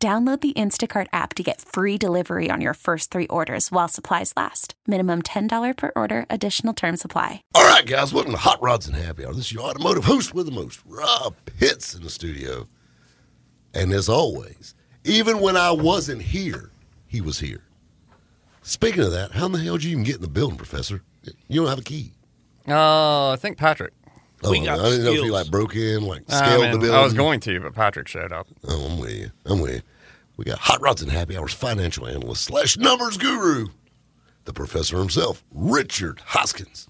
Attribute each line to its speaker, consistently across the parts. Speaker 1: Download the Instacart app to get free delivery on your first three orders while supplies last. Minimum $10 per order, additional term supply.
Speaker 2: All right, guys, welcome to Hot Rods and Happy Hour. This is your automotive host with the most, Rob Pitts, in the studio. And as always, even when I wasn't here, he was here. Speaking of that, how in the hell did you even get in the building, Professor? You don't have a key.
Speaker 3: Uh,
Speaker 4: Oh, I think Patrick.
Speaker 2: Oh,
Speaker 3: We got
Speaker 2: I didn't know if you
Speaker 3: skills.
Speaker 2: like broke in, like
Speaker 4: I
Speaker 2: scaled
Speaker 4: mean,
Speaker 2: the building.
Speaker 4: I was going to, but Patrick showed up.
Speaker 2: Oh, I'm with you. I'm with you. We got Hot Rods and Happy Hours financial analyst slash numbers guru, the professor himself, Richard Hoskins.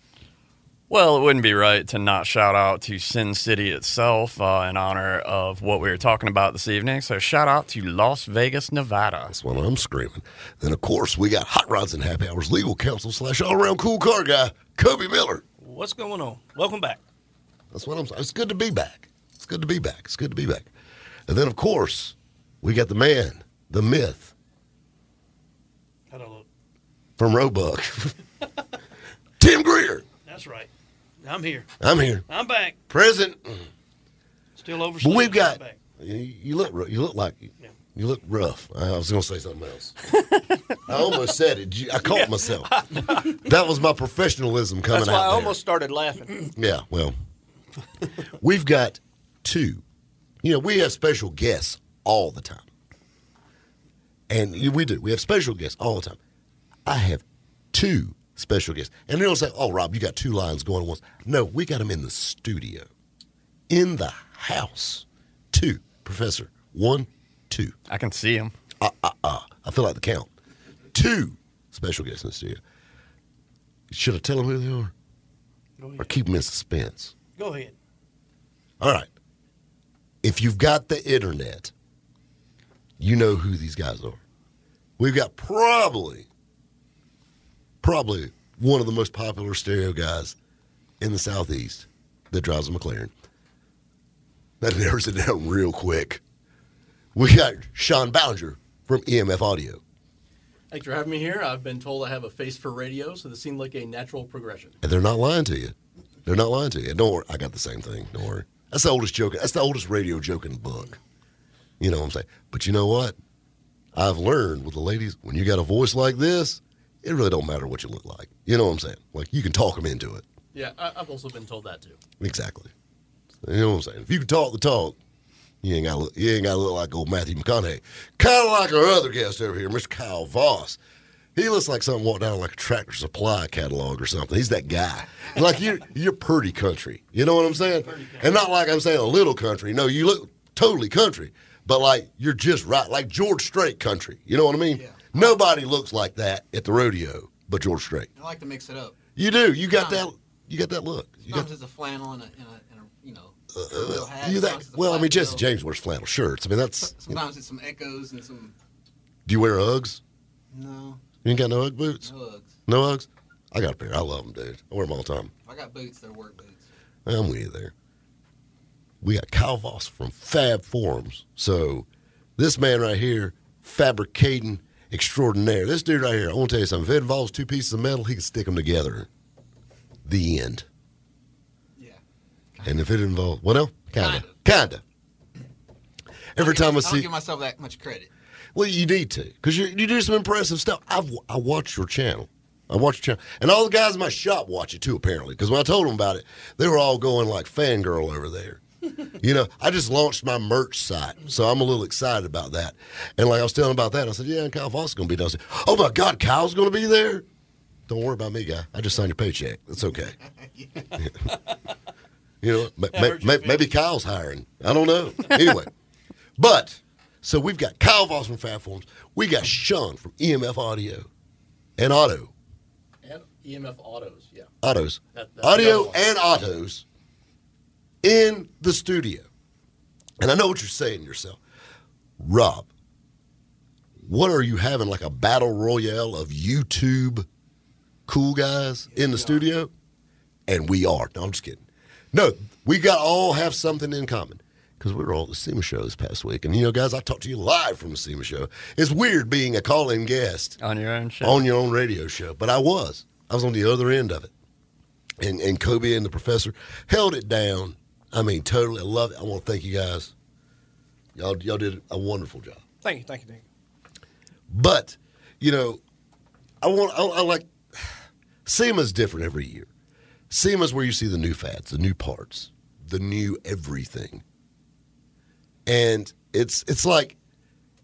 Speaker 3: Well, it wouldn't be right to not shout out to Sin City itself uh, in honor of what we were talking about this evening. So, shout out to Las Vegas, Nevada.
Speaker 2: That's what I'm screaming. Then, of course, we got Hot Rods and Happy Hours legal counsel slash all around cool car guy, Kobe Miller.
Speaker 5: What's going on? Welcome back.
Speaker 2: That's what I'm saying. It's good to be back. It's good to be back. It's good to be back. And then, of course, we got the man, the myth
Speaker 5: How do I look?
Speaker 2: from Roebuck, Tim Greer.
Speaker 5: That's right. I'm here.
Speaker 2: I'm here,
Speaker 5: I'm back.
Speaker 2: present.
Speaker 5: Still overslept.
Speaker 2: But we've
Speaker 5: I'm
Speaker 2: got
Speaker 5: back.
Speaker 2: you, you look ru- you look like you look rough. I was going to say something else. I almost said it. You- I caught myself. That was my professionalism coming
Speaker 6: That's why I
Speaker 2: out. there.
Speaker 6: almost started laughing.
Speaker 2: Yeah. Well, we've got two. You know, we have special guests all the time, and you- we do. We have special guests all the time. I have two special guests, and they'll say, "Oh, Rob, you got two lines going at once." No, we got them in the studio, in the house. Two, Professor. One, two.
Speaker 3: I can see him.
Speaker 2: I feel like the count. Two special guests in the studio. Should I tell them who they are,
Speaker 5: Go
Speaker 2: or
Speaker 5: ahead.
Speaker 2: keep them in suspense?
Speaker 5: Go ahead.
Speaker 2: All right. If you've got the internet, you know who these guys are. We've got probably, probably one of the most popular stereo guys in the Southeast that drives a McLaren. That narrows it down real quick. We got Sean Ballinger from EMF Audio.
Speaker 6: Thanks for having me here. I've been told I have a face for radio, so this seemed like a natural progression.
Speaker 2: And they're not lying to you. They're not lying to you. Don't worry. I got the same thing. Don't worry. That's the oldest joke. That's the oldest radio joke in the book. You know what I'm saying? But you know what? I've learned with the ladies, when you got a voice like this, it really don't matter what you look like. You know what I'm saying? Like, you can talk them into it.
Speaker 6: Yeah, I, I've also been told that too.
Speaker 2: Exactly. You know what I'm saying? If you can talk the talk, you ain't got you ain't got to look like old Matthew McConaughey. Kind of like our other guest over here, Mr. Kyle Voss. He looks like something walked down like a tractor supply catalog or something. He's that guy. Like you're you're pretty country. You know what I'm saying? And not like I'm saying a little country. No, you look totally country. But like you're just right, like George Strait country. You know what I mean? Nobody looks like that at the rodeo but George Strait.
Speaker 7: I like to mix it up.
Speaker 2: You do. You got
Speaker 7: Yeah.
Speaker 2: that. You got that look. You got
Speaker 7: Sometimes it's a flannel and a, and a, and a you know, real hat.
Speaker 2: Uh, You
Speaker 7: Sometimes
Speaker 2: that,
Speaker 7: it's a
Speaker 2: well, I
Speaker 7: flat
Speaker 2: mean, Jesse
Speaker 7: bill.
Speaker 2: James wears flannel shirts. I mean, that's.
Speaker 7: Sometimes it's some echoes and some
Speaker 2: Do you wear Uggs?
Speaker 7: no,
Speaker 2: You ain't got no Ugg boots?
Speaker 7: no Uggs.
Speaker 2: No Uggs? I got a pair. I love them, dude. I wear them all the time.
Speaker 7: If I got boots, they're work boots.
Speaker 2: I'm with you there. We got Kyle Voss from Fab Forums. So this man right here, fabricating extraordinaire. This dude right here, I want to tell you something. If it involves two pieces of metal, he can stick them together. The end.
Speaker 7: Yeah.
Speaker 2: And if it involves, well, kind
Speaker 7: Kinda.
Speaker 2: of. Kind of. Every time I
Speaker 7: I don't give- I don't
Speaker 2: see.
Speaker 7: give myself that much credit.
Speaker 2: Well, you need to because you you do some impressive stuff. I've, I watch your channel. I watch your channel, and all the guys in my shop watch it too. Apparently, because when I told them about it, they were all going like fangirl over there. you know, I just launched my merch site, so I'm a little excited about that. And like I was telling about that, I said, "Yeah, and Kyle Voss is going to be there." I said, "Oh my God, Kyle's going to be there." Don't worry about me, guy. I just signed your paycheck. It's okay. you know, ma- ma-
Speaker 5: hurt your
Speaker 2: ma-
Speaker 5: feelings.
Speaker 2: maybe Kyle's hiring. I don't know. Anyway, but so we've got Kyle Voss from Fat Forms. We got Sean from EMF Audio and Auto.
Speaker 6: And EMF autos, yeah.
Speaker 2: Autos.
Speaker 6: That- that's another
Speaker 2: Audio
Speaker 6: one.
Speaker 2: and autos in the studio. And I know what you're saying to yourself. Rob, What are you having like a battle royale of YouTube cool guys in the studio? And we are. No, I'm just kidding. No, we got all have something in common because we were all at the SEMA show this past week. And you know, guys, I talked to you live from the SEMA show. It's weird being a call-in guest
Speaker 3: on your own shit.
Speaker 2: on your own radio show, but I was. I was on the other end of it. And and Kobe and the professor held it down. I mean, totally. I love it. I want to thank you guys. Y'all y'all did a wonderful job.
Speaker 8: Thank you, thank you, thank you.
Speaker 2: But you know, I want I, I like SEMA's different every year. SEMA's where you see the new fads, the new parts, the new everything, and it's it's like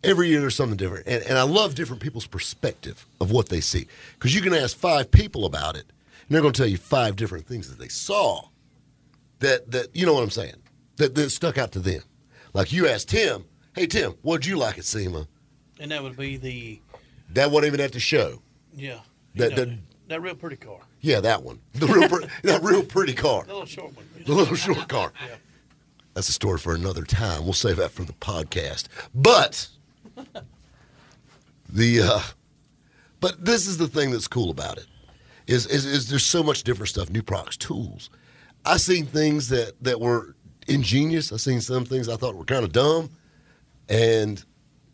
Speaker 2: every year there's something different, and and I love different people's perspective of what they see because you can ask five people about it, and they're going to tell you five different things that they saw that that you know what I'm saying that that stuck out to them. Like you asked Tim, hey Tim, what'd you like at SEMA?
Speaker 5: And that would be the
Speaker 2: That wasn't even at the show.
Speaker 5: yeah. you
Speaker 2: That-
Speaker 5: know,
Speaker 2: that-
Speaker 5: that, that real pretty car.
Speaker 2: Yeah, that one. The real, pre- that real pretty car.
Speaker 5: The little short one.
Speaker 2: The little short car. That's a story for another time. We'll save that for the podcast. But the, uh, but this is the thing that's cool about it, is is, is there's so much different stuff, new products, tools. I seen things that that were ingenious. I seen some things I thought were kind of dumb, and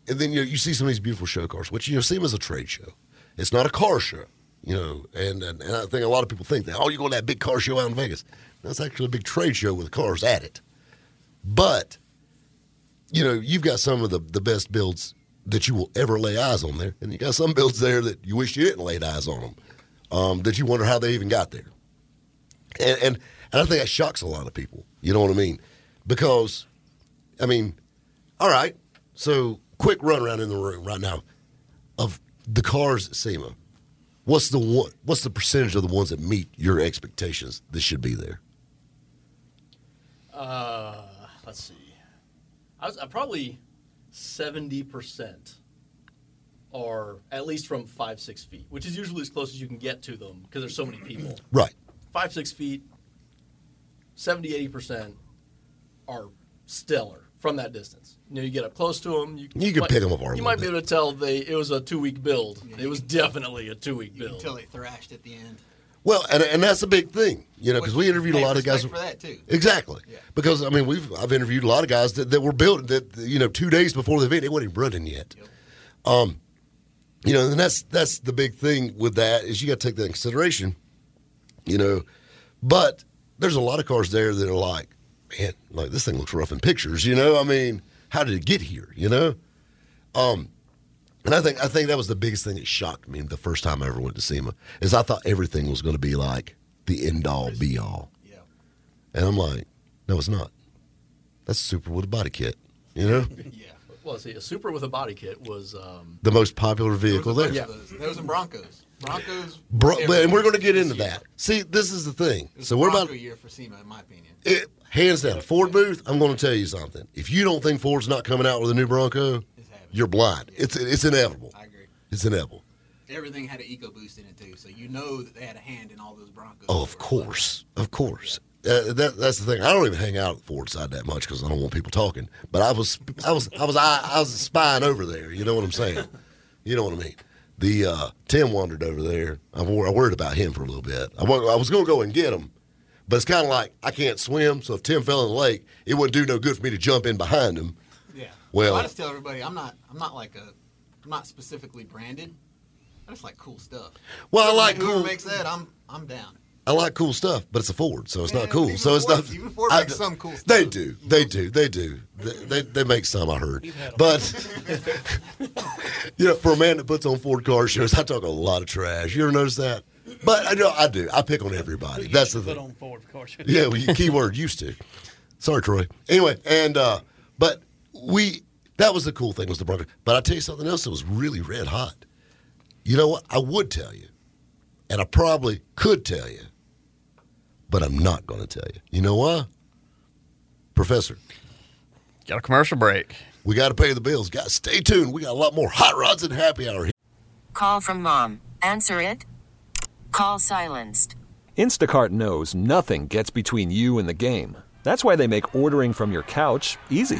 Speaker 2: and then you know, you see some of these beautiful show cars, which you know seem as a trade show. It's not a car show, you know. And and, and I think a lot of people think that oh, you go to that big car show out in Vegas. That's actually a big trade show with cars at it. But you know, you've got some of the the best builds that you will ever lay eyes on there, and you got some builds there that you wish you didn't lay eyes on them, um, that you wonder how they even got there. And, and and I think that shocks a lot of people. You know what I mean? Because, I mean, all right. So quick run around in the room right now of the cars at SEMA. What's the one? What's the percentage of the ones that meet your expectations that should be there?
Speaker 6: Uh, let's see. I was I probably seventy percent, are at least from five six feet, which is usually as close as you can get to them because there's so many people.
Speaker 2: Right.
Speaker 6: Five six feet, 70 80 percent are stellar from that distance. You know, you get up close to them, you,
Speaker 2: You can
Speaker 6: might-
Speaker 2: pick 'em apart a
Speaker 6: You
Speaker 2: little
Speaker 6: might be
Speaker 2: bit.
Speaker 6: able to tell they it was a two week build. It was definitely a two week
Speaker 7: You can
Speaker 6: build.
Speaker 7: tell they thrashed at the end.
Speaker 2: Well, and, and that's a big thing, you know, because we interviewed a
Speaker 7: Hey,
Speaker 2: lot of guys.
Speaker 7: respect for that too.
Speaker 2: Exactly.
Speaker 7: Yeah.
Speaker 2: Because I mean, we've I've interviewed a lot of guys that, that were built that you know two days before the event they weren't even running yet. Um,
Speaker 7: Yep.
Speaker 2: you know, and that's that's the big thing with that is you got to take that in consideration, you know. But there's a lot of cars there that are like, man, like this thing looks rough in pictures, you know. I mean, how did it get here, you know? Um, and I think I think that was the biggest thing that shocked me the first time I ever went to SEMA is I thought everything was going to be like the end all be all,
Speaker 7: Yeah.
Speaker 2: and I'm like, no, it's not. That's super with a body kit, you know,
Speaker 7: Yeah.
Speaker 6: Well, see, a super with a body kit was um,
Speaker 2: the most popular vehicle there.
Speaker 7: Yeah. Those, those and Broncos. Broncos.
Speaker 2: Bro,
Speaker 7: everywhere.
Speaker 2: and we're going to get into
Speaker 7: This year.
Speaker 2: that. See, this is the thing.
Speaker 7: This
Speaker 2: So
Speaker 7: is
Speaker 2: we're
Speaker 7: Bronco
Speaker 2: about
Speaker 7: year for SEMA, in my opinion.
Speaker 2: it, hands down Ford Booth. I'm going to tell you something. If you don't think Ford's not coming out with a new Bronco,
Speaker 7: It's happening.
Speaker 2: you're blind. It's it's inevitable.
Speaker 7: I agree.
Speaker 2: It's inevitable.
Speaker 7: Everything had an EcoBoost in it too, so you know that they had a hand in all those Broncos.
Speaker 2: Oh, of course, of course. Uh, that, that's the thing. I don't even hang out at the Ford side that much because I don't want people talking. But I was, I was, I was, I, I was spying over there. You know what I'm saying? You know what I mean? The uh, Tim wandered over there. I, wor- I worried about him for a little bit. I, wa- I was going to go and get him, but it's kind of like I can't swim. So if Tim fell in the lake, it wouldn't do no good for me to jump in behind him.
Speaker 7: Yeah.
Speaker 2: Well-
Speaker 7: I just tell everybody I'm not. I'm not like a. I'm not specifically branded. I just like cool stuff.
Speaker 2: Well, I like
Speaker 7: Whoever
Speaker 2: cool.
Speaker 7: makes that, I'm. I'm down.
Speaker 2: I like cool stuff, but it's a Ford, so it's
Speaker 7: Yeah,
Speaker 2: not cool.
Speaker 7: even
Speaker 2: so it's
Speaker 7: Ford-
Speaker 2: not.
Speaker 7: even Ford
Speaker 2: I
Speaker 7: makes
Speaker 2: d-
Speaker 7: some cool stuff.
Speaker 2: They do. They do. They do. They, they, they make some. I heard,
Speaker 5: had 'em.
Speaker 2: but you know, for a man that puts on Ford car shows, I talk a lot of trash. You ever notice that? But I know I do. I pick on everybody. That's the
Speaker 5: Put
Speaker 2: thing.
Speaker 5: on Ford, of course.
Speaker 2: Yeah, well, you- keyword used to. Sorry, Troy. Anyway, and uh, but we that was the cool thing was the Bronco. But I tell you something else that was really red hot. You know what? I would tell you, and I probably could tell you, but I'm not going to tell you. You know why, Professor?
Speaker 3: Got a commercial break.
Speaker 2: We got to pay the bills. Guys, stay tuned. We got a lot more hot rods and happy hour here.
Speaker 9: Call from mom. Answer it. Call silenced.
Speaker 10: Instacart knows nothing gets between you and the game. That's why they make ordering from your couch easy.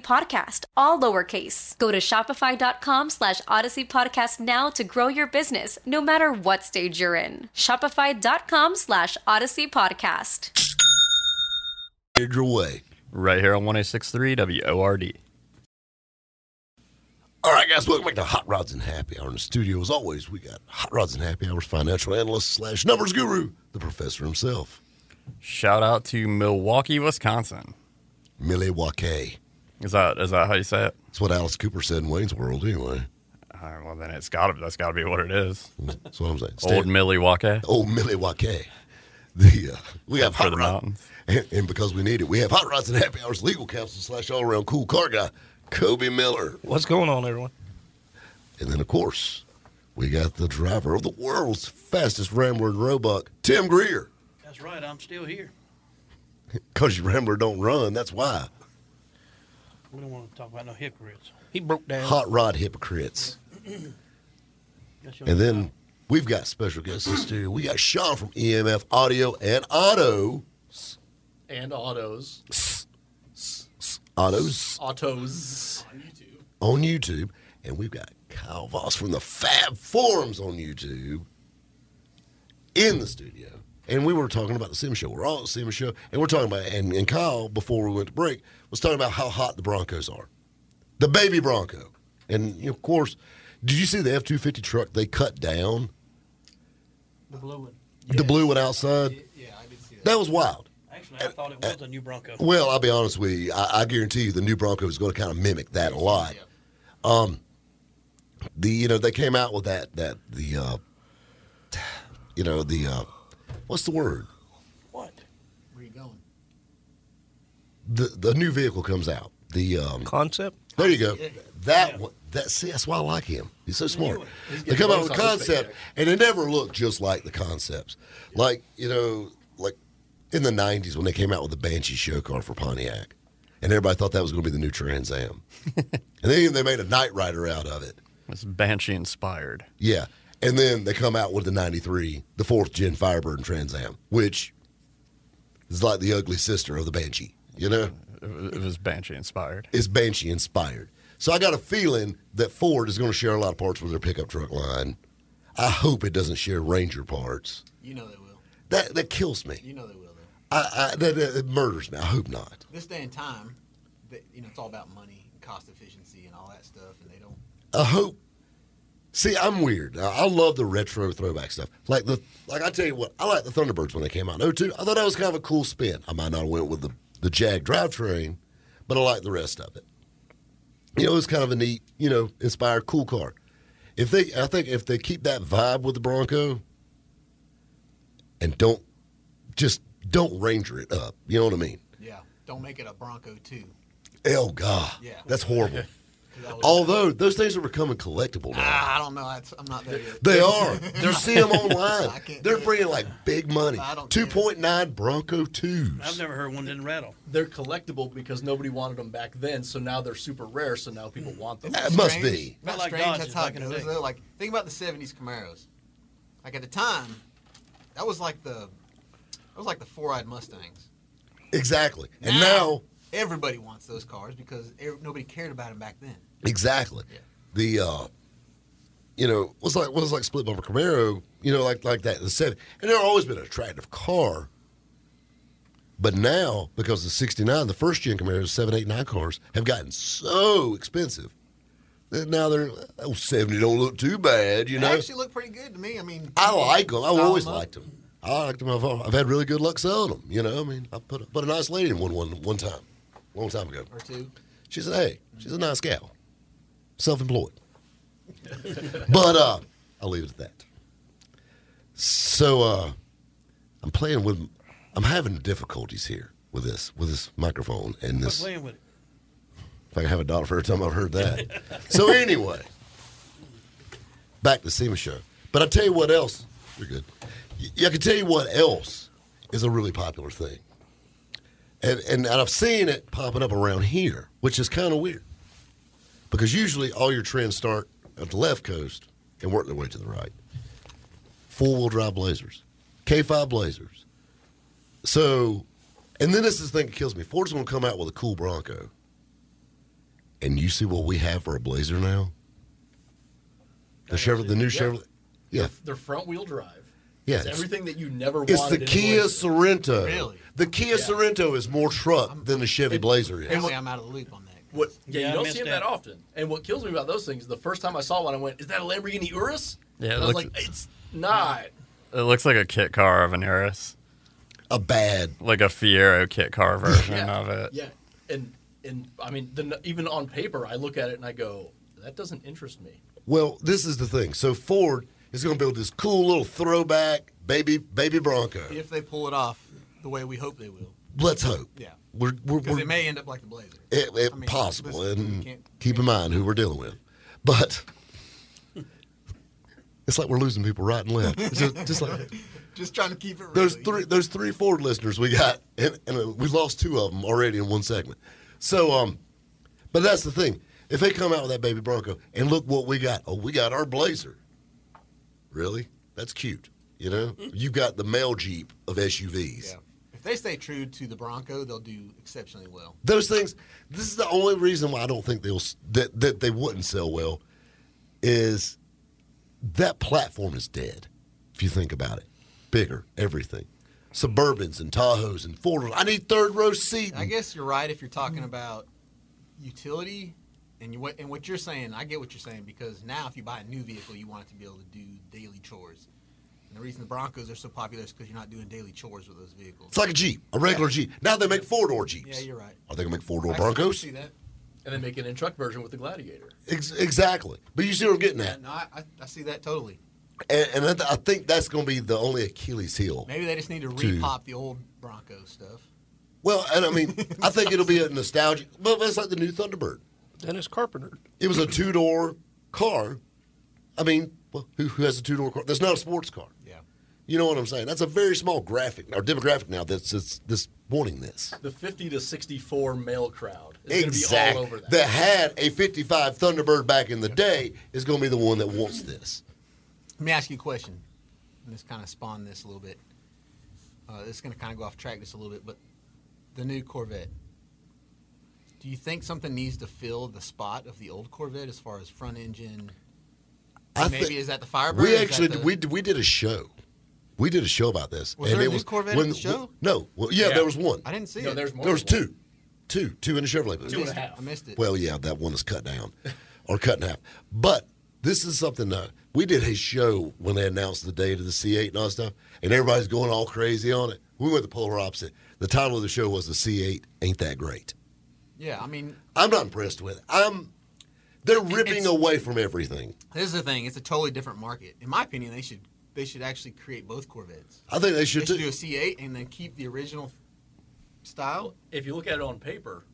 Speaker 8: Podcast, all lowercase. Go to Shopify.com slash Odyssey Podcast now to grow your business, no matter what stage you're in. Shopify.com slash Odyssey Podcast.
Speaker 2: Here's your way.
Speaker 3: Right here on 1063 WORD.
Speaker 2: All right, guys, welcome back to Hot Rods and Happy Hour in the studio. As always, we got Hot Rods and Happy Hour's financial analyst slash numbers guru, the professor himself,
Speaker 3: Shout out to Milwaukee, Wisconsin.
Speaker 2: Milwaukee.
Speaker 3: Is that is that how you say it?
Speaker 2: That's what Alice Cooper said in Wayne's World, anyway.
Speaker 3: All right, well then it's got to that's got to be what it is.
Speaker 2: That's what I'm saying.
Speaker 3: Old Milwaukee.
Speaker 2: old Milwaukee. The uh, we have
Speaker 3: for
Speaker 2: hot
Speaker 3: the
Speaker 2: rods,
Speaker 3: mountains.
Speaker 2: and, and because we need it, we have hot rods and happy hours legal counsel slash all around cool car guy Kobe Miller,
Speaker 5: What's going on, everyone?
Speaker 2: and then of course we got the driver of the world's fastest Rambler and Roebuck, Tim Greer.
Speaker 5: That's right. I'm still here.
Speaker 2: Cause your Rambler don't run, that's why.
Speaker 5: We don't want to talk about no hypocrites.
Speaker 11: He broke down.
Speaker 2: Hot rod hypocrites.
Speaker 5: That's your
Speaker 2: And then we've got special guests in the studio. We got Sean from EMF Audio and Auto
Speaker 6: And autos.
Speaker 2: Autos
Speaker 6: Autos.
Speaker 7: Oh,
Speaker 2: on YouTube, and we've got Kyle Voss from the Fab Forums on YouTube in the studio. And we were talking about the Sim Show. We're all at the Sim Show, and we're talking about and, and Kyle before we went to break was talking about how hot the Broncos are, the baby Bronco, and you know, of course, did you see the F two fifty truck they cut down
Speaker 5: The blue one.
Speaker 2: the blue one outside?
Speaker 7: Yeah, I did see that.
Speaker 2: That was wild.
Speaker 5: Actually, I thought it was a new Bronco.
Speaker 2: Well, I'll be honest with you. I, I guarantee you, the new Bronco is going to kind of mimic that a lot. Um, the you know they came out with that that the uh, you know the uh, what's the word
Speaker 5: What?
Speaker 7: Where you going?
Speaker 2: the the new vehicle comes out the um,
Speaker 11: Concept?
Speaker 2: there you go that one that see that's why I like him he's so smart they come out with a concept and they never look just like the concepts like you know like in the '90s when they came out with the Banshee show car for Pontiac and everybody thought that was going to be the new Trans Am and then they made a Night Rider out of it.
Speaker 3: It's Banshee inspired.
Speaker 2: Yeah. And then they come out with the 93, the fourth gen Firebird and Trans Am, which is like the ugly sister of the Banshee. You know,
Speaker 3: It was- it was Banshee inspired.
Speaker 2: it's Banshee inspired. So I got a feeling that Ford is going to share a lot of parts with their pickup truck line. I hope it doesn't share Ranger parts.
Speaker 7: You know they will.
Speaker 2: That that kills me.
Speaker 7: You know they will. Though.
Speaker 2: I, I that, that it murders me. I hope not.
Speaker 7: This day and time, that you know, it's all about money, and cost efficiency, and all that stuff, and they don't.
Speaker 2: I hope. See, I'm weird. I, I love the retro throwback stuff. Like the like I tell you what, I like the Thunderbirds when they came out. in 02, I thought that was kind of a cool spin. I might not have went with the the Jag drivetrain, but I like the rest of it. You know, it was kind of a neat, you know, inspired, cool car. If they, I think, if they keep that vibe with the Bronco, and don't just don't Ranger it up. You know what I mean?
Speaker 7: Yeah, don't make it a Bronco too.
Speaker 2: Oh God,
Speaker 7: Yeah.
Speaker 2: that's horrible.
Speaker 7: Because
Speaker 2: Although those things are becoming collectible now.
Speaker 7: Ah, I don't know. That's, I'm not there yet.
Speaker 2: They are. You see them
Speaker 7: I
Speaker 2: online.
Speaker 7: can't
Speaker 2: They're bringing like big money.
Speaker 7: I don't
Speaker 2: Two point nine Bronco twos.
Speaker 6: I've never heard one didn't rattle. They're collectible because nobody wanted them back then, so now they're super rare. So now
Speaker 7: Mm.
Speaker 6: people want them.
Speaker 2: That must be.
Speaker 7: Not
Speaker 6: Not like
Speaker 7: strange.
Speaker 6: Dodges
Speaker 7: that's how
Speaker 6: back
Speaker 7: it
Speaker 6: in the
Speaker 7: goes.
Speaker 6: day.
Speaker 7: Though. Like think about the '70s Camaros. Like at the time, that was like the that was like the four-eyed Mustangs.
Speaker 2: Exactly. And now,
Speaker 7: everybody wants those cars because e- nobody cared about them back then.
Speaker 2: exactly. The uh you know, was like was like split bumper Camaro, you know, like like that. The seven and they've always been an attractive car. But now, because the sixty nine, the first gen Camaros, seven, eight, nine cars have gotten so expensive. that Now they're oh, 70 don't look too bad, you
Speaker 7: They
Speaker 2: know.
Speaker 7: actually look pretty good to me. I mean,
Speaker 2: I like them. I've
Speaker 7: style
Speaker 2: always
Speaker 7: them up.
Speaker 2: liked them. I liked them. I've, I've had really good luck selling them. You know, I mean, I put a, put a nice lady in one one one time, long time ago.
Speaker 7: Or two.
Speaker 2: She said, "Hey, she's a nice gal, self-employed." but uh, I'll leave it at that. So uh, I'm playing with. I'm having difficulties here with this with this microphone and
Speaker 5: Quit
Speaker 2: this.
Speaker 5: playing with it.
Speaker 2: If I can have a dollar for every time I've heard that. so anyway, back to the SEMA show. But I tell you what else. You're good. Y- yeah, I can tell you what else is a really popular thing, and and, and I've seen it popping up around here, which is kind of weird, because usually all your trends start at the left coast and work their way to the right. Four wheel drive Blazers, K5 Blazers. So, and then this is the thing that kills me. Ford's going to come out with a cool Bronco and you see what we have for a Blazer now? The Chevrolet, the new Chevrolet. Yeah,
Speaker 6: They're front wheel drive.
Speaker 2: Yeah,
Speaker 6: It's
Speaker 2: it's-
Speaker 6: everything that you never
Speaker 2: it's the
Speaker 6: wanted. in a
Speaker 2: Kia
Speaker 6: Blazer.
Speaker 2: Sorento.
Speaker 6: Really?
Speaker 2: The Kia Sorento is more truck
Speaker 7: Um,
Speaker 2: than the Chevy Blazer is.
Speaker 7: Apparently, I'm out of the loop on that.
Speaker 6: What? Yeah,
Speaker 7: Yeah, I
Speaker 6: you don't
Speaker 7: missed
Speaker 6: see them
Speaker 7: that.
Speaker 6: that often. And what kills me about those things, the first time I saw one, I went, "Is that a Lamborghini Urus?"
Speaker 3: Yeah, it
Speaker 6: And I was
Speaker 3: looks-
Speaker 6: like, "It's not."
Speaker 3: It looks like a kit car of an Urus.
Speaker 2: A bad.
Speaker 3: Like a Fiero kit car version
Speaker 6: yeah.
Speaker 3: of it.
Speaker 6: Yeah, and and I mean, the, even on paper, I look at it and I go, "That doesn't interest me."
Speaker 2: Well, this is the thing. So Ford is going to build this cool little throwback baby baby Bronco.
Speaker 7: If they pull it off the way we hope they will,
Speaker 2: Let's hope.
Speaker 7: Yeah.
Speaker 2: We're, we're,
Speaker 7: because
Speaker 2: we're
Speaker 7: it may end up like the Blazer.
Speaker 2: It, it
Speaker 7: I mean,
Speaker 2: possible,
Speaker 7: listen, you
Speaker 2: and
Speaker 7: can't-
Speaker 2: keep in mind who we're dealing with. But it's like we're losing people right and left. It's just, just like
Speaker 7: Just trying to keep it. Real.
Speaker 2: those three, those three Ford listeners we got, and, and uh, we lost two of them already in one segment. So, um, but that's the thing. If they come out with that baby Bronco and look what we got, oh, we got our Blazer. Really, that's cute. You know, you got the male Jeep of SUVs.
Speaker 7: Yeah. If they stay true to the Bronco, they'll do exceptionally well.
Speaker 2: those things. This is the only reason why I don't think they'll s- that that they wouldn't sell well is that platform is dead. If you think about it, bigger everything, Suburbans and Tahoes and Ford. I need third row seating.
Speaker 7: I guess you're right if you're
Speaker 2: Mm.
Speaker 7: talking about utility and you, what- and what you're saying. I get what you're saying because now if you buy a new vehicle, you want it to be able to do daily chores. And the reason the Broncos are so popular is because you're not doing daily chores with those vehicles.
Speaker 2: It's like a Jeep, a regular Jeep. Now they make four door Jeeps.
Speaker 7: Yeah, you're right.
Speaker 2: Are they gonna make four door
Speaker 7: I can
Speaker 2: Broncos?
Speaker 7: See that?
Speaker 6: And then make an in truck version with the Gladiator.
Speaker 2: Ex- exactly. But you see what I'm getting
Speaker 7: Yeah,
Speaker 2: at,
Speaker 7: no, I, I, I see that totally.
Speaker 2: and, and I, th- I think that's gonna be the only Achilles heel.
Speaker 7: Maybe they just need to
Speaker 2: Dude.
Speaker 7: repop the old Bronco stuff.
Speaker 2: Well, and I mean, I think it'll be a nostalgic, but it's like the new Thunderbird.
Speaker 11: Dennis Carpenter.
Speaker 2: It was a two door car. I mean, well, who, who has a two door car? That's not a sports car.
Speaker 7: Yeah.
Speaker 2: You know what I'm saying? That's a very small graphic or demographic now that's that's, that's wanting this.
Speaker 6: The 50 to 64 male crowd is going to be all
Speaker 2: Exactly.
Speaker 6: over that.
Speaker 2: That had a 55 Thunderbird back in the day is going to be the one that wants this.
Speaker 7: Let me ask you a question. And this kind of spawned this a little bit. Uh, this is going to kind of go off track just a little bit, but the new Corvette. Do you think something needs to fill the spot of the old Corvette as far as front engine?
Speaker 2: I
Speaker 7: maybe
Speaker 2: thi-
Speaker 7: is that the Firebird?
Speaker 2: We
Speaker 7: Is that
Speaker 2: actually
Speaker 7: the-
Speaker 2: we we did a show. We did a show about this.
Speaker 7: Was there a
Speaker 2: it
Speaker 7: new Corvette at the show?
Speaker 2: no. Well, yeah,
Speaker 7: Yeah.
Speaker 2: there was one.
Speaker 7: I didn't see
Speaker 6: No,
Speaker 7: it.
Speaker 6: there's more.
Speaker 2: There was
Speaker 6: than one.
Speaker 2: two. Two. Two in a Chevrolet. booth.
Speaker 6: Two and a half.
Speaker 7: I missed it.
Speaker 2: Well, yeah, that one is cut down or cut in half. But this is something that we did a show when they announced the date of the C8 and all that stuff, and everybody's going all crazy on it. We went the polar opposite. The title of the show was The C8 Ain't That Great.
Speaker 7: yeah, I mean,
Speaker 2: I'm not impressed with it. I'm. They're ripping
Speaker 7: it's-
Speaker 2: away from everything.
Speaker 7: this is the thing. It's a totally different market. In my opinion, they should they should actually create both Corvettes.
Speaker 2: I think they
Speaker 7: They
Speaker 2: should,
Speaker 7: should
Speaker 2: too.
Speaker 7: do a C8 and then keep the original style.
Speaker 6: If you look at it on paper,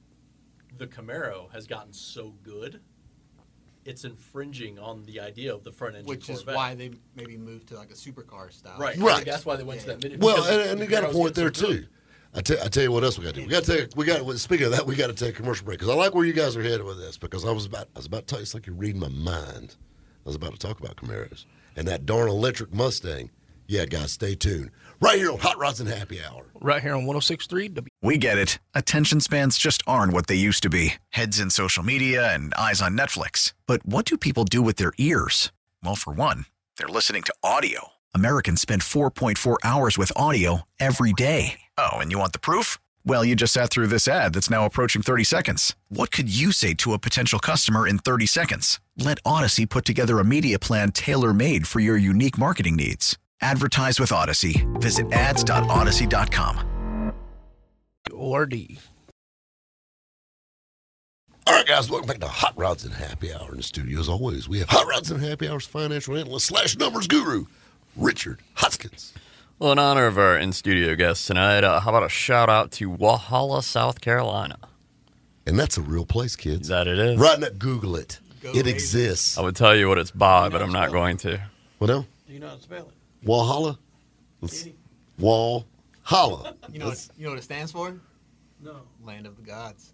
Speaker 6: the Camaro has gotten so good it's infringing on the idea of the front engine
Speaker 7: which is
Speaker 6: Corvette.
Speaker 7: why they maybe moved to like a supercar style.
Speaker 6: Right. I think
Speaker 2: Right.
Speaker 6: That's why they went to that minute.
Speaker 2: Well,
Speaker 6: because
Speaker 2: and, and you
Speaker 6: the
Speaker 2: got a
Speaker 6: Camaro
Speaker 2: point there
Speaker 6: was getting
Speaker 2: too. I te- I tell you what else we got to do. We got to take. We got. well, Speaking of that, we got to take a commercial break because I like where you guys are headed with this. Because I was about. I was about to. Tell you, it's like you're reading my mind. I was about to talk about Camaros and that darn electric Mustang. Yeah, guys, stay tuned. Right here on Hot Rods and Happy Hour.
Speaker 11: Right here on 1063 W.
Speaker 12: We get it. Attention spans just aren't what they used to be heads in social media and eyes on Netflix. But what do people do with their ears? Well, for one, they're listening to audio. Americans spend 4.4 hours with audio every day. Oh, and you want the proof? Well, you just sat through this ad that's now approaching 30 seconds. What could you say to a potential customer in 30 seconds? Let Odyssey put together a media plan tailor made for your unique marketing needs. Advertise with Odyssey. Visit ads.odyssey.com.
Speaker 11: Or D.
Speaker 2: All right, guys, welcome back to Hot Rods and Happy Hour in the studio. As always, we have Hot Rods and Happy Hour's financial analyst slash numbers guru, Richard Hoskins.
Speaker 3: Well, in honor of our in studio guest tonight, uh, how about a shout out to Wahala, South Carolina?
Speaker 2: And that's a real place, kids.
Speaker 3: That it is.
Speaker 2: Right now, Google it. it exists.
Speaker 3: I would tell you what it's by, but I'm not going to.
Speaker 2: Well, no.
Speaker 5: Do you know how to spell it?
Speaker 2: Walhalla. It's Walhalla.
Speaker 7: You know, what, you know what it stands for?
Speaker 5: No.
Speaker 7: Land of the Gods.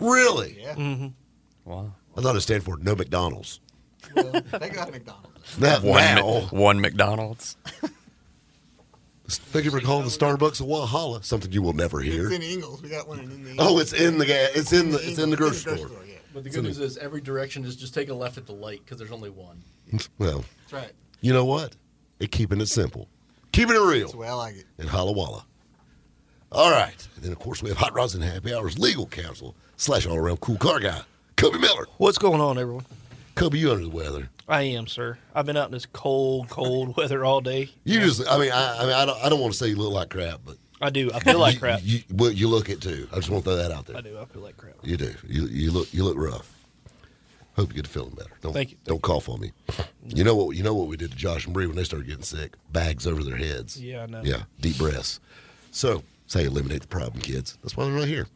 Speaker 2: Really?
Speaker 7: Yeah.
Speaker 3: Wow.
Speaker 2: I thought it stand for no McDonald's.
Speaker 7: Well, they got McDonald's.
Speaker 2: Not
Speaker 3: one,
Speaker 2: now.
Speaker 3: Mc- one McDonald's.
Speaker 2: Thank you for calling the Starbucks a Walhalla, something you will never hear.
Speaker 7: It's in Ingles. We got one in Ingles.
Speaker 2: Oh, it's in the ga- it's in the it's in the grocery store.
Speaker 7: yeah.
Speaker 6: But the
Speaker 2: So
Speaker 6: good
Speaker 2: they-
Speaker 6: news is every direction is just take a left at the light because there's only one.
Speaker 2: Well,
Speaker 7: That's right.
Speaker 2: you know what? It keeping it simple, keeping it real.
Speaker 7: That's the way I like it.
Speaker 2: in Walla Walla. All right. And then, of course, we have Hot Rods and Happy Hours legal counsel slash all around cool car guy, Cubby Miller.
Speaker 11: What's going on, everyone?
Speaker 2: Cubby, you under the weather.
Speaker 11: I am, sir. I've been out in this cold, cold weather all day.
Speaker 2: You just, I mean, I, I, mean, I don't, I don't want to say you look like crap, but
Speaker 11: I do. I feel like
Speaker 2: you-
Speaker 11: crap.
Speaker 2: You, well, you look it too. I just want to throw that out there.
Speaker 11: I do. I feel like crap.
Speaker 2: You do. You, you look, you look rough. Hope you get to feeling better. Don't,
Speaker 11: Thank you.
Speaker 2: Don't cough on me. You know what? You know what we did to Josh and Bree when they started getting sick? Bags over their heads.
Speaker 11: Yeah, I know.
Speaker 2: Yeah, deep breaths. So, that's how you eliminate the problem, kids. That's why they're not here.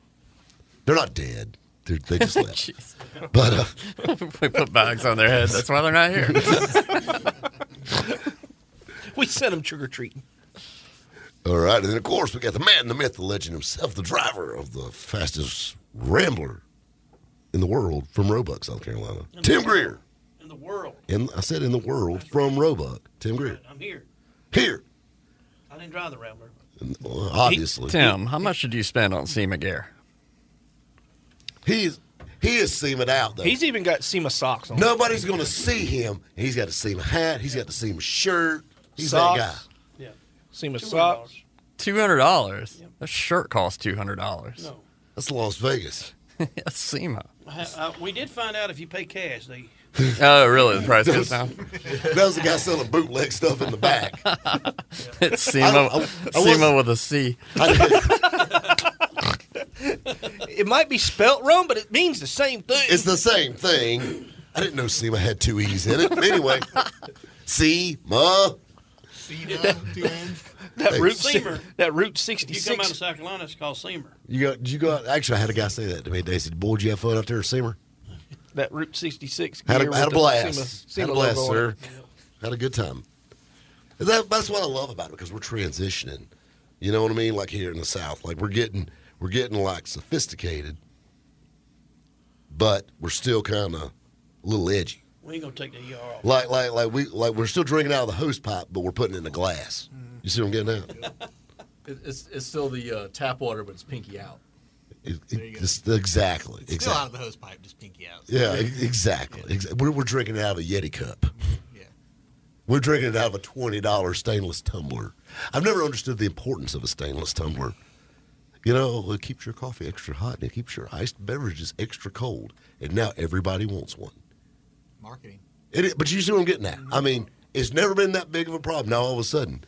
Speaker 2: They're not dead. They're, they just left.
Speaker 3: Jeez.
Speaker 2: but uh,
Speaker 3: we put bags on their head. That's why they're not here.
Speaker 11: We sent them trick or treating.
Speaker 2: all right, and then of course we got the man, the myth, the legend himself, the driver of the fastest rambler in the world from Roebuck, South Carolina, Tim Greer.
Speaker 5: In the world.
Speaker 2: And I said in the world from Roebuck, Tim Greer.
Speaker 5: I'm here.
Speaker 2: Here,
Speaker 5: I didn't drive the Rambler.
Speaker 2: And, well, obviously,
Speaker 3: Tim, how much did you spend on SEMA gear?
Speaker 2: he's he is seaming out though.
Speaker 11: He's even got SEMA socks on.
Speaker 2: Nobody's going to see him. He's got to see my hat. He's got to see my shirt. He's
Speaker 11: Socks.
Speaker 2: that guy.
Speaker 5: Yeah.
Speaker 11: SEMA
Speaker 5: $200.
Speaker 11: socks.
Speaker 3: Two hundred dollars. That shirt costs two hundred dollars.
Speaker 5: No.
Speaker 2: That's Las Vegas.
Speaker 3: SEMA.
Speaker 5: I, I, we did find out if you pay cash, they
Speaker 3: Oh, really? The price goes down.
Speaker 2: That was the guy selling bootleg stuff in the back.
Speaker 3: It's
Speaker 2: don't- I-
Speaker 3: SEMA.
Speaker 2: I
Speaker 3: SEMA
Speaker 2: wasn't-
Speaker 3: with a C.
Speaker 11: It might be spelt wrong, but it means the same thing.
Speaker 2: It's the same thing. I didn't know SEMA had two E's in it. Anyway, SEMA.
Speaker 7: Cena, two ends.
Speaker 11: that
Speaker 2: Hey.
Speaker 11: route
Speaker 5: Seamer.
Speaker 11: that route
Speaker 5: if you come out of
Speaker 11: 66.
Speaker 5: South Carolina, it's called Seamer.
Speaker 2: You got, did you go out? Actually, I had a guy say that to me. They said, Boy, did you have fun out there at SEMA?
Speaker 11: That route 66.
Speaker 2: Had
Speaker 11: gear
Speaker 2: a, had a
Speaker 11: with the
Speaker 2: blast. had
Speaker 11: SEMA-
Speaker 2: a
Speaker 11: SEMA
Speaker 2: blast,
Speaker 11: logo on
Speaker 2: sir.
Speaker 11: it.
Speaker 2: Had a good time. And that- that's what I love about it because we're transitioning. You know what I mean? Like here in the South, like we're getting we're getting like sophisticated, but we're still kind of a little edgy.
Speaker 5: We ain't gonna take the ER off.
Speaker 2: Like like like we like we're still drinking out of the hose pipe, but we're putting it in a glass.
Speaker 7: Mm-hmm.
Speaker 2: You see what I'm getting at?
Speaker 6: It, it's, it's still the uh, tap water, but it's pinky out.
Speaker 2: It-
Speaker 7: There you
Speaker 2: it-
Speaker 7: go.
Speaker 2: this- exactly.
Speaker 7: It's still
Speaker 2: exactly.
Speaker 7: out of the hose pipe, just pinky out.
Speaker 2: Yeah, e- exactly. Exa- We're, we're drinking it out of a Yeti cup.
Speaker 7: Yeah.
Speaker 2: We're drinking it out of a twenty dollar stainless tumbler. I've never understood the importance of a stainless tumbler. You know, it keeps your coffee extra hot and it keeps your iced beverages extra cold. And now everybody wants one.
Speaker 7: Marketing.
Speaker 2: It, i- but you see what I'm getting at? I mean, it's never been that big of a problem. Now all of a sudden,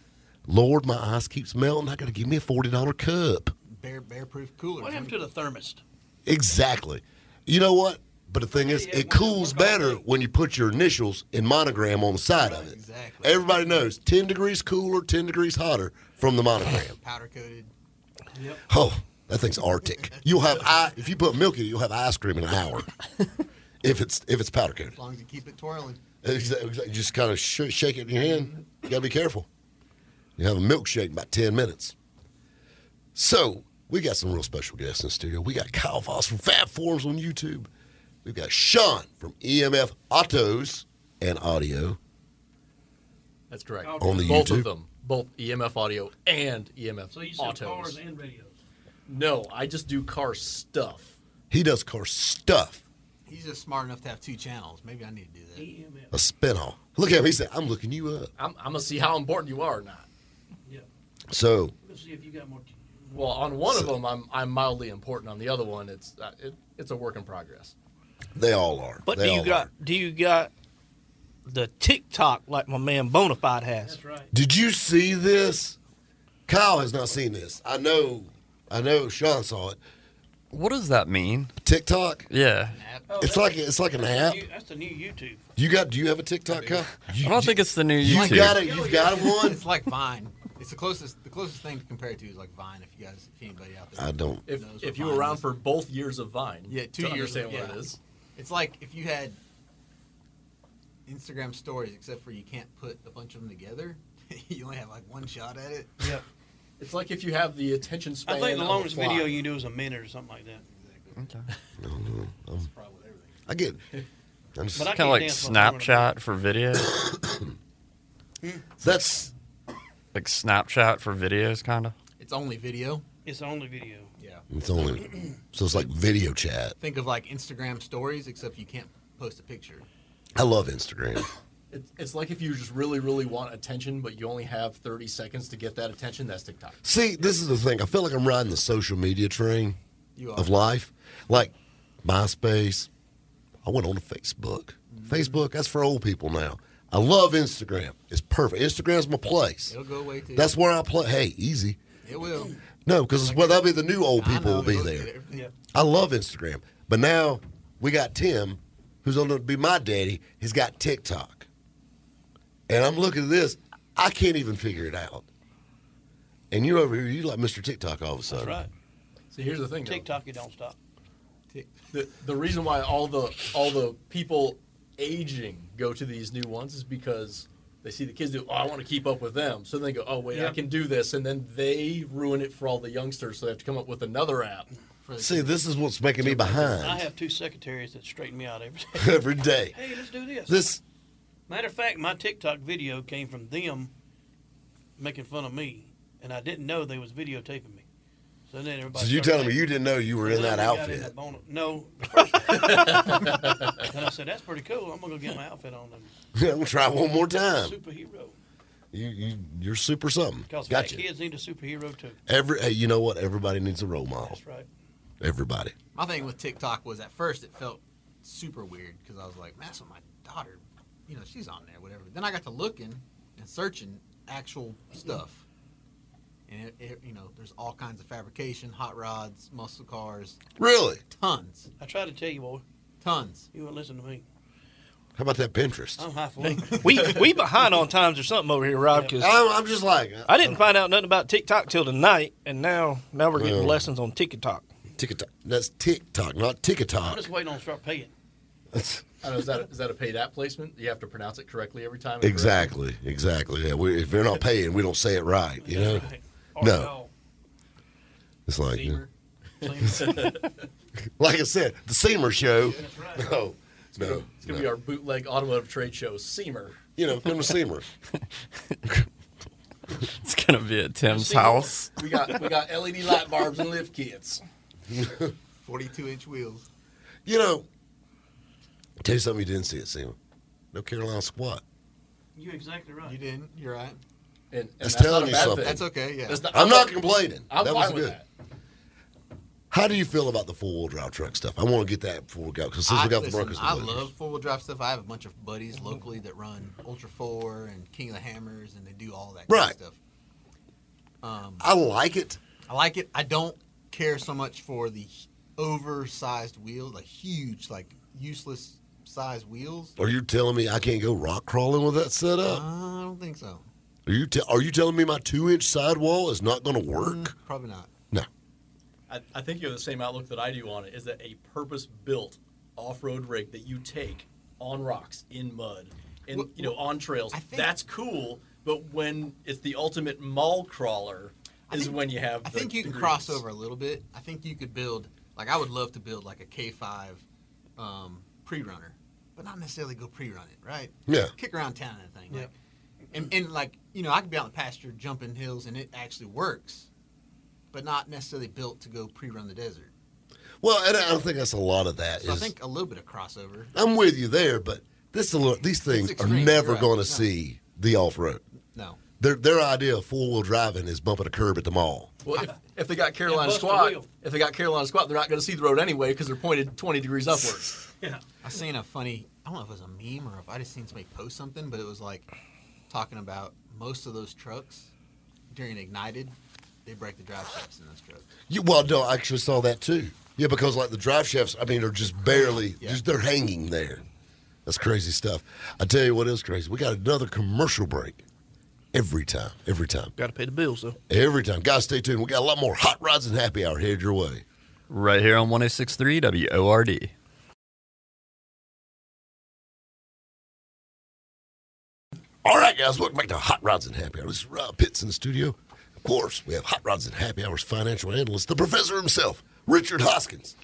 Speaker 2: Lord, my ice keeps melting. I got to give me a forty dollar cup.
Speaker 7: Bear bear proof cooler.
Speaker 5: What happened to the thermist?
Speaker 2: Exactly. You know what? But the thing is, it cools better when you put your initials in monogram on the side of it.
Speaker 7: Exactly.
Speaker 2: Everybody knows 10 degrees cooler, 10 degrees hotter from the monogram.
Speaker 7: Powder coated.
Speaker 2: Oh, that thing's arctic. You'll have I, if you put milk in it, you'll have ice cream in an hour. if it's if it's powder coated.
Speaker 7: As long as you keep it twirling.
Speaker 2: Exactly, exactly. Just kind of sh- shake it in your hand. You gotta be careful. You have a milkshake in about ten minutes. So we got some real special guests in the studio. We got Kyle Voss from Fab Forms on YouTube. We've got Sean from EMF Autos and Audio.
Speaker 6: That's correct.
Speaker 5: Oh,
Speaker 2: On the
Speaker 6: Both
Speaker 2: YouTube?
Speaker 6: of them. Both EMF audio and EMF
Speaker 5: So you sell
Speaker 6: autos.
Speaker 5: cars and radios.
Speaker 6: No, I just do car stuff.
Speaker 2: He does car stuff.
Speaker 7: He's just smart enough to have two channels. Maybe I need to do that.
Speaker 2: A spinoff. Look at him. He said, "I'm looking you up."
Speaker 6: I'm, I'm gonna see how important you are or not.
Speaker 2: So
Speaker 5: Let's see if you got more. t-
Speaker 6: Well, on one of them, I'm I'm mildly important. On the other one, it's uh, it, it's a work in progress.
Speaker 2: they all are.
Speaker 11: But
Speaker 2: They
Speaker 11: do you
Speaker 2: all
Speaker 11: got do you got the TikTok like my man Bonafide has? That's
Speaker 5: right.
Speaker 2: Did you see this? Kyle has not seen this. I know. I know. Sean saw it.
Speaker 3: What does that mean?
Speaker 2: TikTok.
Speaker 3: Yeah.
Speaker 5: Oh, that's-
Speaker 2: It's like it's like an
Speaker 5: that's
Speaker 2: app.
Speaker 5: the new- That's the new YouTube.
Speaker 2: You got? Do you have a TikTok, Kyle? You,
Speaker 3: I don't think it's the new
Speaker 2: you
Speaker 3: YouTube.
Speaker 2: got it. You've got
Speaker 7: it.
Speaker 2: one.
Speaker 7: It's like Vine. It's the closest. The closest thing to compare it to is like Vine. If you guys, if anybody out there,
Speaker 2: I don't-
Speaker 6: If
Speaker 7: knows what
Speaker 6: if you were
Speaker 7: Vine
Speaker 6: around
Speaker 7: is.
Speaker 6: for both years of Vine,
Speaker 7: yeah, two
Speaker 6: to
Speaker 7: years.
Speaker 6: understand what
Speaker 7: yeah.
Speaker 6: it is.
Speaker 7: It's like if you had Instagram stories, except for you can't put a bunch of them together. you only have like one shot at it.
Speaker 11: Yeah.
Speaker 6: It's like if you have the attention span.
Speaker 11: I
Speaker 5: I think the
Speaker 6: of a
Speaker 5: longest
Speaker 6: fly.
Speaker 5: video you can do is a minute or something like that.
Speaker 2: I don't know. I'm- I get. I'm just
Speaker 5: But I
Speaker 3: Kind of like Snapchat for video.
Speaker 2: That's
Speaker 3: like Snapchat for videos, kind of.
Speaker 7: It's only video.
Speaker 5: It's only video.
Speaker 7: Yeah.
Speaker 2: It's only. So it's like video chat.
Speaker 7: Think of like Instagram stories, except you can't post a picture.
Speaker 2: I love Instagram.
Speaker 6: It's, it's like if you just really, really want attention, but you only have 30 seconds to get that attention. That's TikTok.
Speaker 2: See, this is the thing. I feel like I'm riding the social media train
Speaker 6: You are.
Speaker 2: of life. Like MySpace. I went on to Facebook.
Speaker 7: Mm-hmm.
Speaker 2: Facebook, that's for old people now. I love Instagram. It's perfect. Instagram's my place.
Speaker 7: It'll go away too.
Speaker 2: That's where I play. Hey, easy.
Speaker 7: It will.
Speaker 2: No, because well, that'll be the new old
Speaker 7: I
Speaker 2: people
Speaker 7: know,
Speaker 2: will be
Speaker 7: it'll-
Speaker 2: there.
Speaker 7: everything-
Speaker 2: I love Instagram. But now we got Tim, who's going to be my daddy. He's got TikTok. And I'm looking at this. I can't even figure it out. And you're over here, you like Mr. TikTok all of a sudden.
Speaker 5: That's right.
Speaker 6: See, here's the thing. though.
Speaker 5: TikTok, you don't stop.
Speaker 6: The, the reason why all the all the people aging go to these new ones is because they see the kids do. Oh, I want to keep up with them. So they go, Oh wait,
Speaker 5: Yeah.
Speaker 6: I can do this, and then they ruin it for all the youngsters. So they have to come up with another app. For the
Speaker 2: See, this is what's making me
Speaker 5: I
Speaker 2: behind
Speaker 5: have two secretaries that straighten me out every day.
Speaker 2: every day.
Speaker 5: Hey, let's do this.
Speaker 2: This,
Speaker 5: Matter of fact, my TikTok video came from them making fun of me, and I didn't know they was videotaping me. So then everybody.
Speaker 2: so you
Speaker 5: started
Speaker 2: telling me
Speaker 5: acting-
Speaker 2: you didn't know you were in
Speaker 5: So
Speaker 2: that
Speaker 5: then we got in
Speaker 2: outfit?
Speaker 5: that bono- no. the first one. and I said, "That's pretty cool. I'm gonna go get my outfit on them."
Speaker 2: I'm gonna try one more time.
Speaker 5: Superhero.
Speaker 2: You, you, you're super something.
Speaker 5: Because
Speaker 2: Gotcha.
Speaker 5: fat kids need a superhero too.
Speaker 2: Every, hey, you know what? Everybody needs a role model.
Speaker 5: That's right.
Speaker 2: Everybody.
Speaker 7: My thing with TikTok was at first it felt super weird because I was like, man, that's what my daughter, you know, she's on there, whatever. Then I got to looking and searching actual stuff. And, it, it, you know, there's all kinds of fabrication, hot rods, muscle cars,
Speaker 2: Really?
Speaker 7: tons,
Speaker 5: I tried to tell you, boy.
Speaker 7: tons.
Speaker 5: You wouldn't listen to me.
Speaker 2: How about that Pinterest?
Speaker 5: I'm high for it.
Speaker 11: we we behind on times or something over here, Rob. Because
Speaker 2: I'm, I'm just like,
Speaker 11: I didn't find out nothing about TikTok till tonight, and now now we're getting
Speaker 2: Well.
Speaker 11: lessons on TikTok.
Speaker 2: TikTok. That's TikTok, not
Speaker 5: I'm
Speaker 2: TikTok.
Speaker 5: just waiting on to start paying.
Speaker 2: That's-
Speaker 6: I don't know, is that is that a paid app placement? You have to pronounce it correctly every time. and correct it?
Speaker 2: exactly, exactly. Yeah, we, if they're not paying, we don't say it right. You know,
Speaker 5: Right.
Speaker 2: no, it's like, like I said, the Seamer show. No, no,
Speaker 6: It's gonna
Speaker 2: no.
Speaker 6: be our bootleg automotive trade show, Seamer.
Speaker 2: You know, come to Seamer.
Speaker 3: It's gonna be at Tim's
Speaker 6: Seamer.
Speaker 3: house.
Speaker 6: We got we got LED light barbs and lift kits.
Speaker 7: 42 inch wheels.
Speaker 2: You know, tell you something you didn't see at Seamer. No Carolina squat.
Speaker 5: You're exactly right.
Speaker 7: You didn't. You're right.
Speaker 6: And, and
Speaker 2: That's
Speaker 6: not
Speaker 2: telling
Speaker 6: a
Speaker 2: you
Speaker 6: bad
Speaker 2: something.
Speaker 6: thing.
Speaker 7: That's okay. Yeah.
Speaker 6: That's not-
Speaker 2: I'm not complaining.
Speaker 6: I'm
Speaker 2: that
Speaker 6: fine
Speaker 2: was
Speaker 6: with
Speaker 2: good.
Speaker 6: that.
Speaker 2: How do you feel about the four wheel drive truck stuff? I want to get that before we go because since
Speaker 7: I,
Speaker 2: we got the
Speaker 7: listen,
Speaker 2: Broncos. and
Speaker 7: I
Speaker 2: Blazers.
Speaker 7: love four wheel drive stuff. I have a bunch of buddies locally that run Ultra Four and King of the Hammers, and they do all that
Speaker 2: Right.
Speaker 7: kind of stuff. Um,
Speaker 2: I like it.
Speaker 7: I like it. I don't care so much for the h- oversized wheels, like huge, like useless size wheels.
Speaker 2: Are you telling me I can't go rock crawling with that
Speaker 7: Uh,
Speaker 2: setup?
Speaker 7: I don't think so.
Speaker 2: Are you te- are you telling me my two inch sidewall is not going to
Speaker 7: Mm,
Speaker 2: work?
Speaker 7: probably not.
Speaker 2: No.
Speaker 6: I, I think you have the same outlook that I do on it. Is that a purpose built off-road rig that you take on rocks in mud and you know on trails. That's cool, but when it's the ultimate mall crawler is when you have.
Speaker 7: I think you can cross over a little bit. I think you could build like I would love to build like a K five um, pre runner, but not necessarily go pre run it, right?
Speaker 2: Yeah.
Speaker 7: Kick around town and thing. Like, and, and like you know, I could be out in the pasture jumping hills and it actually works, but not necessarily built to go pre run the desert.
Speaker 2: Well, and I think that's a lot of that.
Speaker 7: So I
Speaker 2: is-
Speaker 7: think a little bit of crossover.
Speaker 2: I'm with you there, but this a little, these things are
Speaker 7: extreme,
Speaker 2: never
Speaker 7: you're right.
Speaker 2: going
Speaker 7: No.
Speaker 2: to see the off road.
Speaker 7: No.
Speaker 2: Their their idea of four wheel driving is bumping a curb at the mall.
Speaker 6: Well, if, if they got Carolina
Speaker 11: bust a
Speaker 6: squat,
Speaker 11: wheel.
Speaker 6: if they got Carolina squat, they're not going to see the road anyway because they're pointed 20 degrees upwards.
Speaker 11: Yeah.
Speaker 7: I seen a funny. I don't know if it was a meme or if I just seen somebody post something, but it was like talking about most of those trucks during ignited, they break the drive shafts in those trucks.
Speaker 2: You, well, no, I actually saw that too. Yeah, because like the drive shafts, I mean, are just barely, just they're hanging there. That's crazy stuff. I tell you what is crazy. We got another commercial break every time, every time,
Speaker 11: Got to pay the bills though.
Speaker 2: every time. Guys, stay tuned. We got a lot more hot rods and happy hour headed your way.
Speaker 3: Right here on 1063 WORD.
Speaker 2: All right, guys, welcome back to Hot Rods and Happy Hour. This is Rob Pitts in the studio. Of course, we have Hot Rods and Happy Hours financial analyst, the professor himself, Richard Hoskins.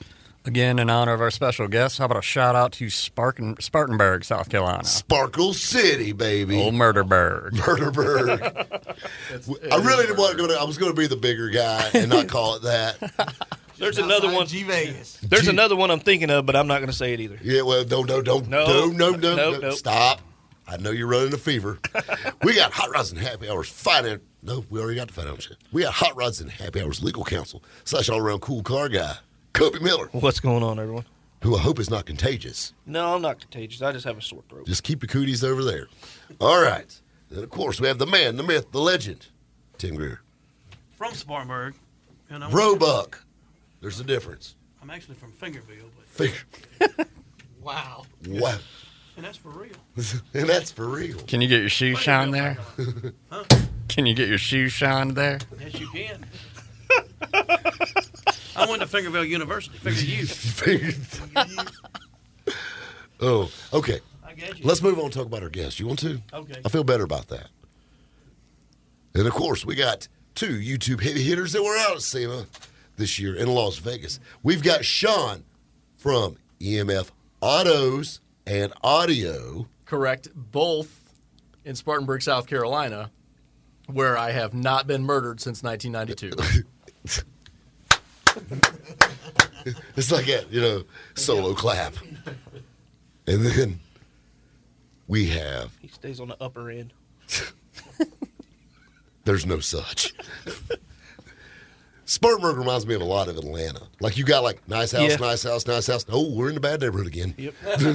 Speaker 3: Again, in honor of our special guest, how about a shout out to Spartan, Spartanburg, South Carolina?
Speaker 2: Sparkle City, baby.
Speaker 3: Old Murderburg.
Speaker 2: Murderburg. I really didn't want to go. I was going to be the bigger guy and not call it that.
Speaker 11: There's another one.
Speaker 7: G Vegas.
Speaker 11: There's another one I'm thinking of, but I'm not going to say it either.
Speaker 2: Yeah, well, no, no, no, no,
Speaker 11: No.
Speaker 2: no, no, no,
Speaker 11: Nope, nope.
Speaker 2: Stop. I know you're running a fever. we got Hot Rods and Happy Hours finance. No, we already got the financial. We got Hot Rods and Happy Hours legal counsel slash all around cool car guy, Kobe Miller,
Speaker 11: What's going on, everyone?
Speaker 2: who I hope is not contagious.
Speaker 11: No, I'm not contagious. I just have a sore throat.
Speaker 2: Just keep your cooties over there. All right. Then, of course, we have the man, the myth, the legend, Tim Greer.
Speaker 5: From Spartanburg. And I'm,
Speaker 2: Roebuck. There's a difference.
Speaker 5: I'm actually from Fingerville. But
Speaker 2: Finger-
Speaker 5: wow.
Speaker 2: Wow.
Speaker 5: And that's for real.
Speaker 2: and that's for real.
Speaker 3: Can you get your shoes shined there? Can you get your shoes shined there?
Speaker 5: Yes, you can. I went to Fingerville University. Figure you.
Speaker 2: Oh, okay.
Speaker 5: I get you.
Speaker 2: Let's move on and talk about our guest. You want to?
Speaker 5: Okay.
Speaker 2: I feel better about that. And of course, we got two YouTube heavy hitters that were out at SEMA this year in Las Vegas. We've got Sean from EMF Autos and Audio.
Speaker 6: Correct. Both in Spartanburg, South Carolina, where I have not been murdered since 1992.
Speaker 2: It's like a you know solo clap, and then we have
Speaker 11: He stays on the upper end.
Speaker 2: There's no such. Spartanburg reminds me of a lot of Atlanta. Like you got like nice house,
Speaker 6: Yeah.
Speaker 2: nice house, nice house. Oh, we're in the bad neighborhood again.
Speaker 6: Yep.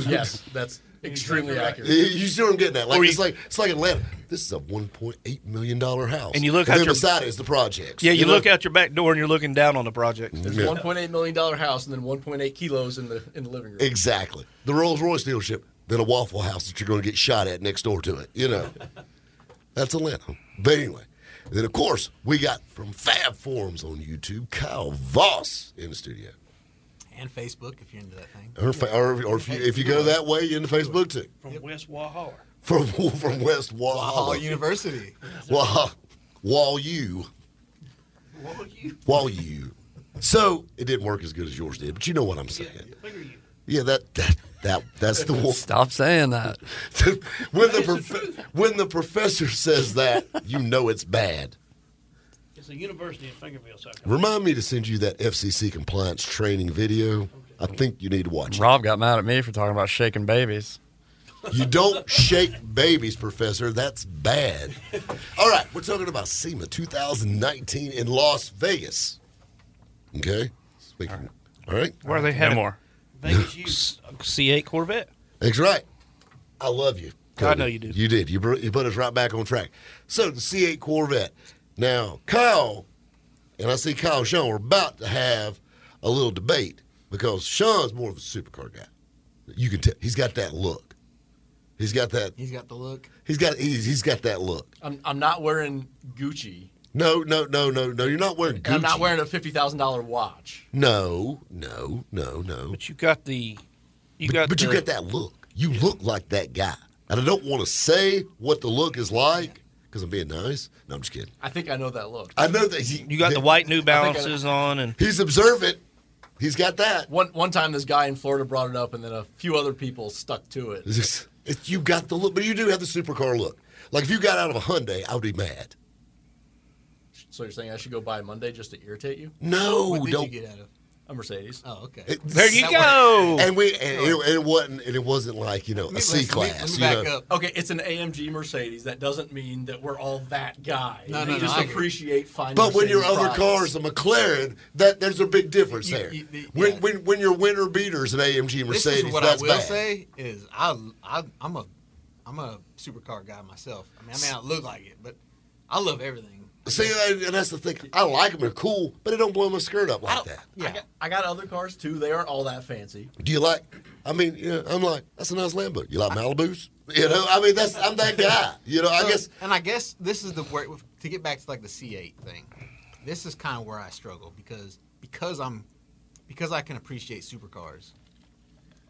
Speaker 6: yes, that's extremely accurate.
Speaker 2: You you see what I'm getting at? Like
Speaker 6: Or
Speaker 2: it's
Speaker 6: you-
Speaker 2: like it's like Atlanta. This is a 1.8 million dollar house,
Speaker 11: And you look
Speaker 2: and
Speaker 11: out
Speaker 2: then
Speaker 11: your-
Speaker 2: beside it is the projects.
Speaker 11: Yeah, you,
Speaker 2: know?
Speaker 11: look out your back door and you're looking down on the project.
Speaker 6: There's a 1.8 million dollar house and then 1.8 kilos in the in the living room.
Speaker 2: exactly the Rolls Royce dealership, then a Waffle House that you're going to get shot at next door to it. You know, that's Atlanta. But anyway, then of course we got from Fab Forums on YouTube, Kyle Voss in the studio.
Speaker 7: And Facebook, if you're into that thing.
Speaker 2: Or, fa- or, or if, you, if you go that way, you're into Facebook too.
Speaker 5: From West Wahar.
Speaker 2: From from West Wall
Speaker 7: Wall University.
Speaker 2: Wall Wall U
Speaker 5: What would you
Speaker 2: Wall U. So it didn't work as good as yours did, but you know what I'm saying.
Speaker 5: figure you?
Speaker 2: Yeah, that that, that that's the one.
Speaker 3: Stop saying that.
Speaker 2: when the prof- when the professor says that, you know it's bad.
Speaker 5: It's a university in Fingerville, South Carolina.
Speaker 2: Remind me to send you that FCC compliance training video. I think you need to watch it.
Speaker 3: Rob got mad at me for talking about shaking babies.
Speaker 2: You don't shake babies, Professor. That's bad. All right, we're talking about SEMA 2019 in Las Vegas. Okay? Speaking. All right.
Speaker 11: Where are they headed? more.
Speaker 5: Vegas U.
Speaker 11: C8 Corvette.
Speaker 2: That's right. I love you.
Speaker 11: I
Speaker 2: Cody.
Speaker 11: know you do.
Speaker 2: You did. You, br- you put us right back on track. So, the C8 Corvette. Now, Kyle and I see Kyle and Sean are about to have a little debate because Sean's more of a supercar guy. You can tell. He's got that look. He's got that.
Speaker 7: He's got the look.
Speaker 2: He's got he's, he's got that look.
Speaker 6: I'm, I'm not wearing Gucci.
Speaker 2: No, no, no, no, no. You're not wearing
Speaker 6: And
Speaker 2: Gucci.
Speaker 6: I'm not wearing a fifty thousand dollar watch.
Speaker 2: No, no, no, no.
Speaker 11: But you got the
Speaker 5: You
Speaker 2: but,
Speaker 5: got
Speaker 2: but you
Speaker 5: the-
Speaker 2: get that look. You look like that guy, and I don't want to say what the look is like because I'm being nice. No, I'm just kidding.
Speaker 6: I think I know that look.
Speaker 2: I know that he,
Speaker 6: You got the white New Balances
Speaker 11: on, and
Speaker 2: he's observant. He's got that.
Speaker 6: One one time, this guy in Florida brought it up, and then a few other people stuck to it.
Speaker 2: It's- it's- you got the look, but you do have the supercar look. Like if you got out of a Hyundai, I would be mad.
Speaker 6: So you're saying I should go buy Monday just to irritate you?
Speaker 2: No, What did you don't-
Speaker 6: get out of? A Mercedes.
Speaker 7: Oh, okay.
Speaker 2: It-
Speaker 6: That way-
Speaker 2: And we and it, and it wasn't and it wasn't like you know a C class. You know,
Speaker 6: Okay, it's an AMG Mercedes. That doesn't mean that we're all that guy.
Speaker 7: No,
Speaker 6: we
Speaker 7: no, no,
Speaker 6: just
Speaker 7: I agree.
Speaker 6: appreciate fine.
Speaker 2: But when your
Speaker 6: Mercedes
Speaker 2: other
Speaker 6: products.
Speaker 2: car's a McLaren, that there's a big difference there. when, when when your winter beater's an AMG
Speaker 7: This
Speaker 2: Mercedes,
Speaker 7: is what I
Speaker 2: that's
Speaker 7: will
Speaker 2: bad.
Speaker 7: say is I, I I'm a I'm a supercar guy myself. I mean, I may not look like it, but I love everything.
Speaker 2: See, and- and that's the thing. I like them; they're cool, but it don't blow my skirt up like that.
Speaker 6: I, got, I got other cars too. They aren't all that fancy.
Speaker 2: Do you like? I mean, you know, I'm like, that's a nice Lambo. You like Malibu's? You know, I mean, that's I'm that guy. You know, I
Speaker 7: So-
Speaker 2: guess
Speaker 7: and I guess this is the where to get back to like the C8 thing. This is kind of where I struggle because because I'm because I can appreciate supercars.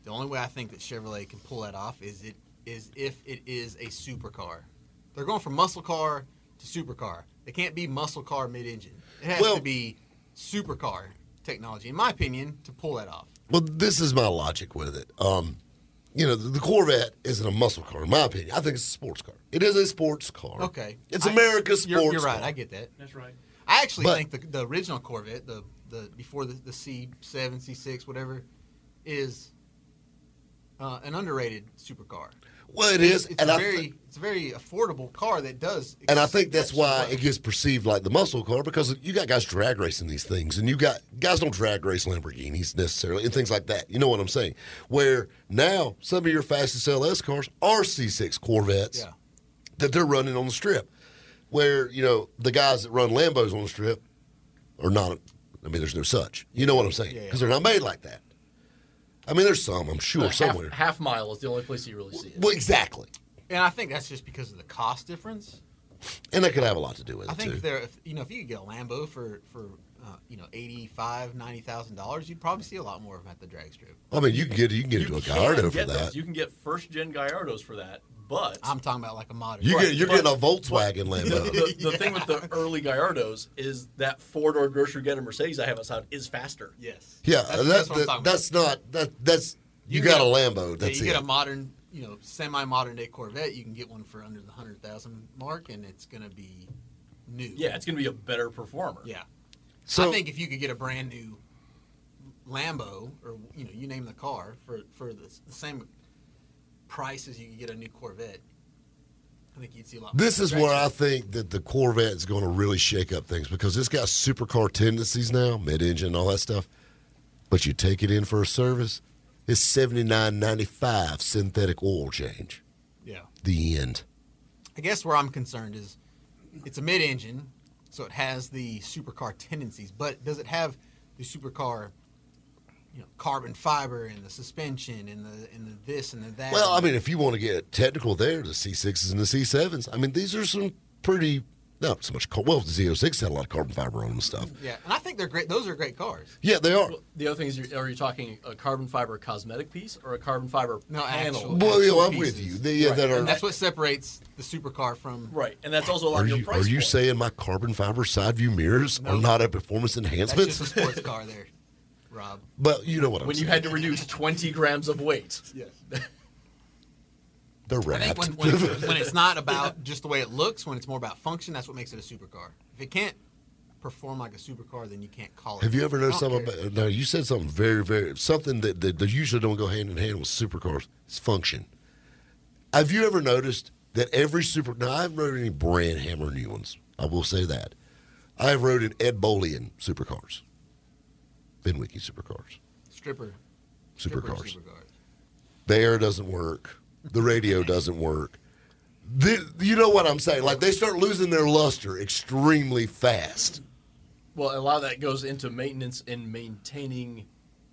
Speaker 7: The only way I think that Chevrolet can pull that off is it is if it is a supercar. They're going from muscle car to supercar. They can't be muscle car mid-engine. It has to be supercar technology, in my opinion, to pull that off.
Speaker 2: Well, this is my logic with it. Um, you know, the, the Corvette isn't a muscle car, in my opinion. I think it's a sports car. It is a sports car.
Speaker 7: Okay.
Speaker 2: It's
Speaker 7: I-
Speaker 2: America's
Speaker 7: you're-
Speaker 2: sports
Speaker 7: You're right.
Speaker 2: car.
Speaker 7: I get that.
Speaker 5: That's right.
Speaker 7: I actually
Speaker 2: But-
Speaker 7: think the, the original Corvette, the, the before the, the C7, C6, whatever, is uh, an underrated supercar.
Speaker 2: Well, it
Speaker 7: It's-
Speaker 2: is,
Speaker 7: It's
Speaker 2: and
Speaker 7: a
Speaker 2: I
Speaker 7: very
Speaker 2: thi-
Speaker 7: it's a very affordable car that does.
Speaker 2: And I think that's
Speaker 7: stretch
Speaker 2: why
Speaker 7: the
Speaker 2: it gets perceived like the muscle car because you got guys drag racing these things, and you got guys don't drag race Lamborghinis necessarily and things like that. You know what I'm saying? Where now some of your fastest LS cars are C6 Corvettes
Speaker 7: Yeah.
Speaker 2: that they're running on the strip, where you know the guys that run Lambos on the strip are not. I mean, there's no such. You know what I'm saying?
Speaker 6: Yeah, yeah.
Speaker 2: Because they're not made like that. I mean, there's some I'm
Speaker 6: Uh,
Speaker 2: sure
Speaker 6: half-
Speaker 2: somewhere.
Speaker 6: Half, mile is the only place you really see it.
Speaker 2: Well, exactly,
Speaker 7: And I think that's just because of the cost difference.
Speaker 2: and that could have a lot to do with
Speaker 7: I
Speaker 2: it
Speaker 7: think
Speaker 2: too.
Speaker 7: if there, if, you know, if you could get a Lambo for for uh, you know eighty five, ninety thousand dollars, you'd probably see a lot more of them at the drag strip.
Speaker 2: I mean, you can get you can get into a Gallardo
Speaker 6: can
Speaker 2: for
Speaker 6: get
Speaker 2: that.
Speaker 6: those. You can get first gen Gallardos for that, but
Speaker 7: I'm talking about like a modern.
Speaker 2: You get, you're
Speaker 6: But-
Speaker 2: getting a Volkswagen
Speaker 6: the,
Speaker 2: Lambo.
Speaker 6: the, the thing with the early Gallardos is that four door grocery getter Mercedes I have outside is faster.
Speaker 7: Yes.
Speaker 2: yeah,
Speaker 7: That's-
Speaker 2: that's
Speaker 7: that's
Speaker 2: that's,
Speaker 7: what I'm talking about.
Speaker 2: not that that's you, got
Speaker 7: get
Speaker 2: a Lambo.
Speaker 7: Yeah,
Speaker 2: That's
Speaker 7: you get
Speaker 2: it.
Speaker 7: a modern, you know, semi-modern day Corvette. You can get one for under the hundred thousand mark, and it's going to be new.
Speaker 6: Yeah, it's going to be a better performer.
Speaker 7: Yeah.
Speaker 2: So-
Speaker 7: I think if you could get a brand new Lambo, or you know, you name the car for for the, s- the same price as you could get a new Corvette, I think you'd see a lot. more
Speaker 2: this is
Speaker 7: traction.
Speaker 2: where I think that the Corvette is going to really shake up things because it's got supercar tendencies now, mid-engine, and all that stuff. But you take it in for a service, it's seventy nine ninety five synthetic oil change.
Speaker 7: Yeah.
Speaker 2: The end.
Speaker 7: I guess where I'm concerned is it's a mid engine, so it has the supercar tendencies, but does it have the supercar you know, carbon fiber and the suspension and the and the this and the that?
Speaker 2: Well, I mean, if you want to get technical there, the C6s and the C7s. I mean, these are some pretty not so much. car- Well, the Z06 had a lot of carbon fiber on them and stuff.
Speaker 7: yeah, and I think they're great. Those are great cars.
Speaker 2: Yeah, they are.
Speaker 6: Well, the other thing is, you're, are you talking a carbon fiber cosmetic piece or a carbon fiber
Speaker 7: No,
Speaker 6: panel?
Speaker 7: actual.
Speaker 2: Well, yeah,
Speaker 7: actual
Speaker 2: I'm with
Speaker 7: pieces.
Speaker 2: you. They- yeah, that are-
Speaker 7: and that's what separates the supercar from
Speaker 6: Right, and that's also a lot
Speaker 2: Are
Speaker 6: of your
Speaker 2: you, are
Speaker 6: price.
Speaker 2: you
Speaker 6: point.
Speaker 2: saying my carbon fiber side view mirrors are not a performance
Speaker 7: that's
Speaker 2: enhancement?
Speaker 7: just a sports car there, Rob.
Speaker 2: but you know what I'm
Speaker 6: when you
Speaker 2: saying.
Speaker 6: had to reduce 20 grams of weight?
Speaker 7: Yes.
Speaker 2: They're
Speaker 7: I think
Speaker 2: wrapped.
Speaker 7: when, when, it's, when it's not about just the way it looks, when it's more about function, that's what makes it a supercar. If it can't perform like a supercar, then you can't call it.
Speaker 2: Have you ever
Speaker 7: I
Speaker 2: noticed
Speaker 7: don't
Speaker 2: something
Speaker 7: care.
Speaker 2: about? No, you said something very, very something that, that, that usually don't go hand in hand with supercars. It's function. Have you ever noticed that every super? Now I haven't rode any brand hammer new ones. I will say that I have rode in Ed Bolian supercars, Benwiki supercars,
Speaker 7: stripper? stripper
Speaker 2: supercars.
Speaker 7: supercars.
Speaker 2: the air doesn't work, the radio doesn't work. The, you know what I'm saying? Like they start losing their luster extremely fast.
Speaker 6: Well, a lot of that goes into maintenance and maintaining.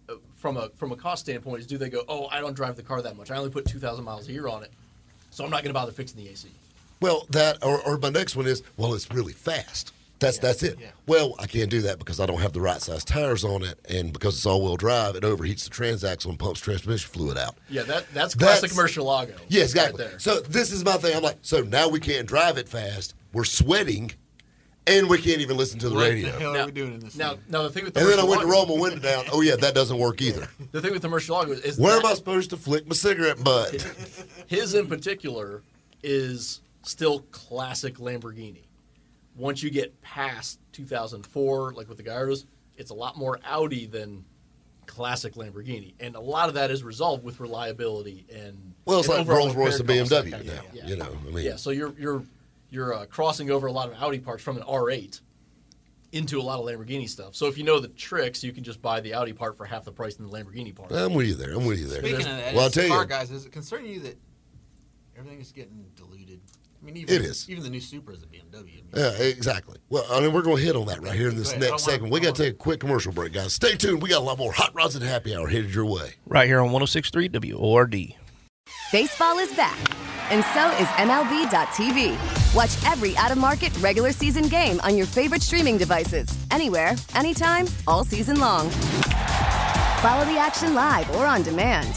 Speaker 6: uh, From a from a cost standpoint, is do they go? Oh, I don't drive the car that much. I only put 2,000 miles a year on it, so I'm not going to bother fixing the AC.
Speaker 2: Well, that or, or my next one is well, it's really fast. That's that's it. Well, I can't do that because I don't have the right size tires on it, and because it's all wheel drive, it overheats the transaxle and pumps transmission fluid out.
Speaker 6: Yeah, that that's
Speaker 2: That's-
Speaker 6: classic Murcielago.
Speaker 2: Yeah, exactly. So this is my thing. I'm like, so now we can't drive it fast. We're sweating, and we can't even listen to the radio.
Speaker 6: are we doing in this? Now, now the thing with the
Speaker 2: And then I went to
Speaker 6: Murcielago-
Speaker 2: roll my window down. Oh yeah, that doesn't work either.
Speaker 6: The thing with the Murcielago is, is
Speaker 2: Where
Speaker 6: that-
Speaker 2: am I supposed to flick my cigarette butt?
Speaker 6: His in particular is still classic Lamborghini. Once you get past 2004, like with the Gallardos, it's a lot more Audi than classic Lamborghini, and a lot of that is resolved with reliability and
Speaker 2: Well, it's
Speaker 6: and
Speaker 2: like
Speaker 6: overall
Speaker 2: Rolls Royce and
Speaker 6: repair costs, that
Speaker 2: BMW
Speaker 6: kind of
Speaker 2: now.
Speaker 6: thing.
Speaker 2: You know, I mean,
Speaker 6: yeah, so you're you're you're uh, crossing over a lot of Audi parts from an R8 into a lot of Lamborghini stuff. So if you know the tricks, you can just buy the Audi part for half the price than the Lamborghini part.
Speaker 2: I'm with you there. I'm with you there.
Speaker 7: Speaking of that,
Speaker 2: well, I'll
Speaker 7: it's
Speaker 2: tell
Speaker 7: car
Speaker 2: you,
Speaker 7: guys, does it concern you that everything is getting diluted? I mean, even
Speaker 2: It is.
Speaker 7: even the new Supra is a BMW.
Speaker 2: Yeah, exactly. Well, I mean, we're going to hit on that right here in this
Speaker 7: Go ahead. I
Speaker 2: next
Speaker 7: wanna-
Speaker 2: segment. We got to take a quick commercial break, guys. Stay tuned. We got a lot more Hot Rods and Happy Hour headed your way.
Speaker 11: Right here on 106.3 WORD.
Speaker 13: Baseball is back, and so is MLB.tv. Watch every out of market regular season game on your favorite streaming devices, anywhere, anytime, all season long. Follow the action live or on demand.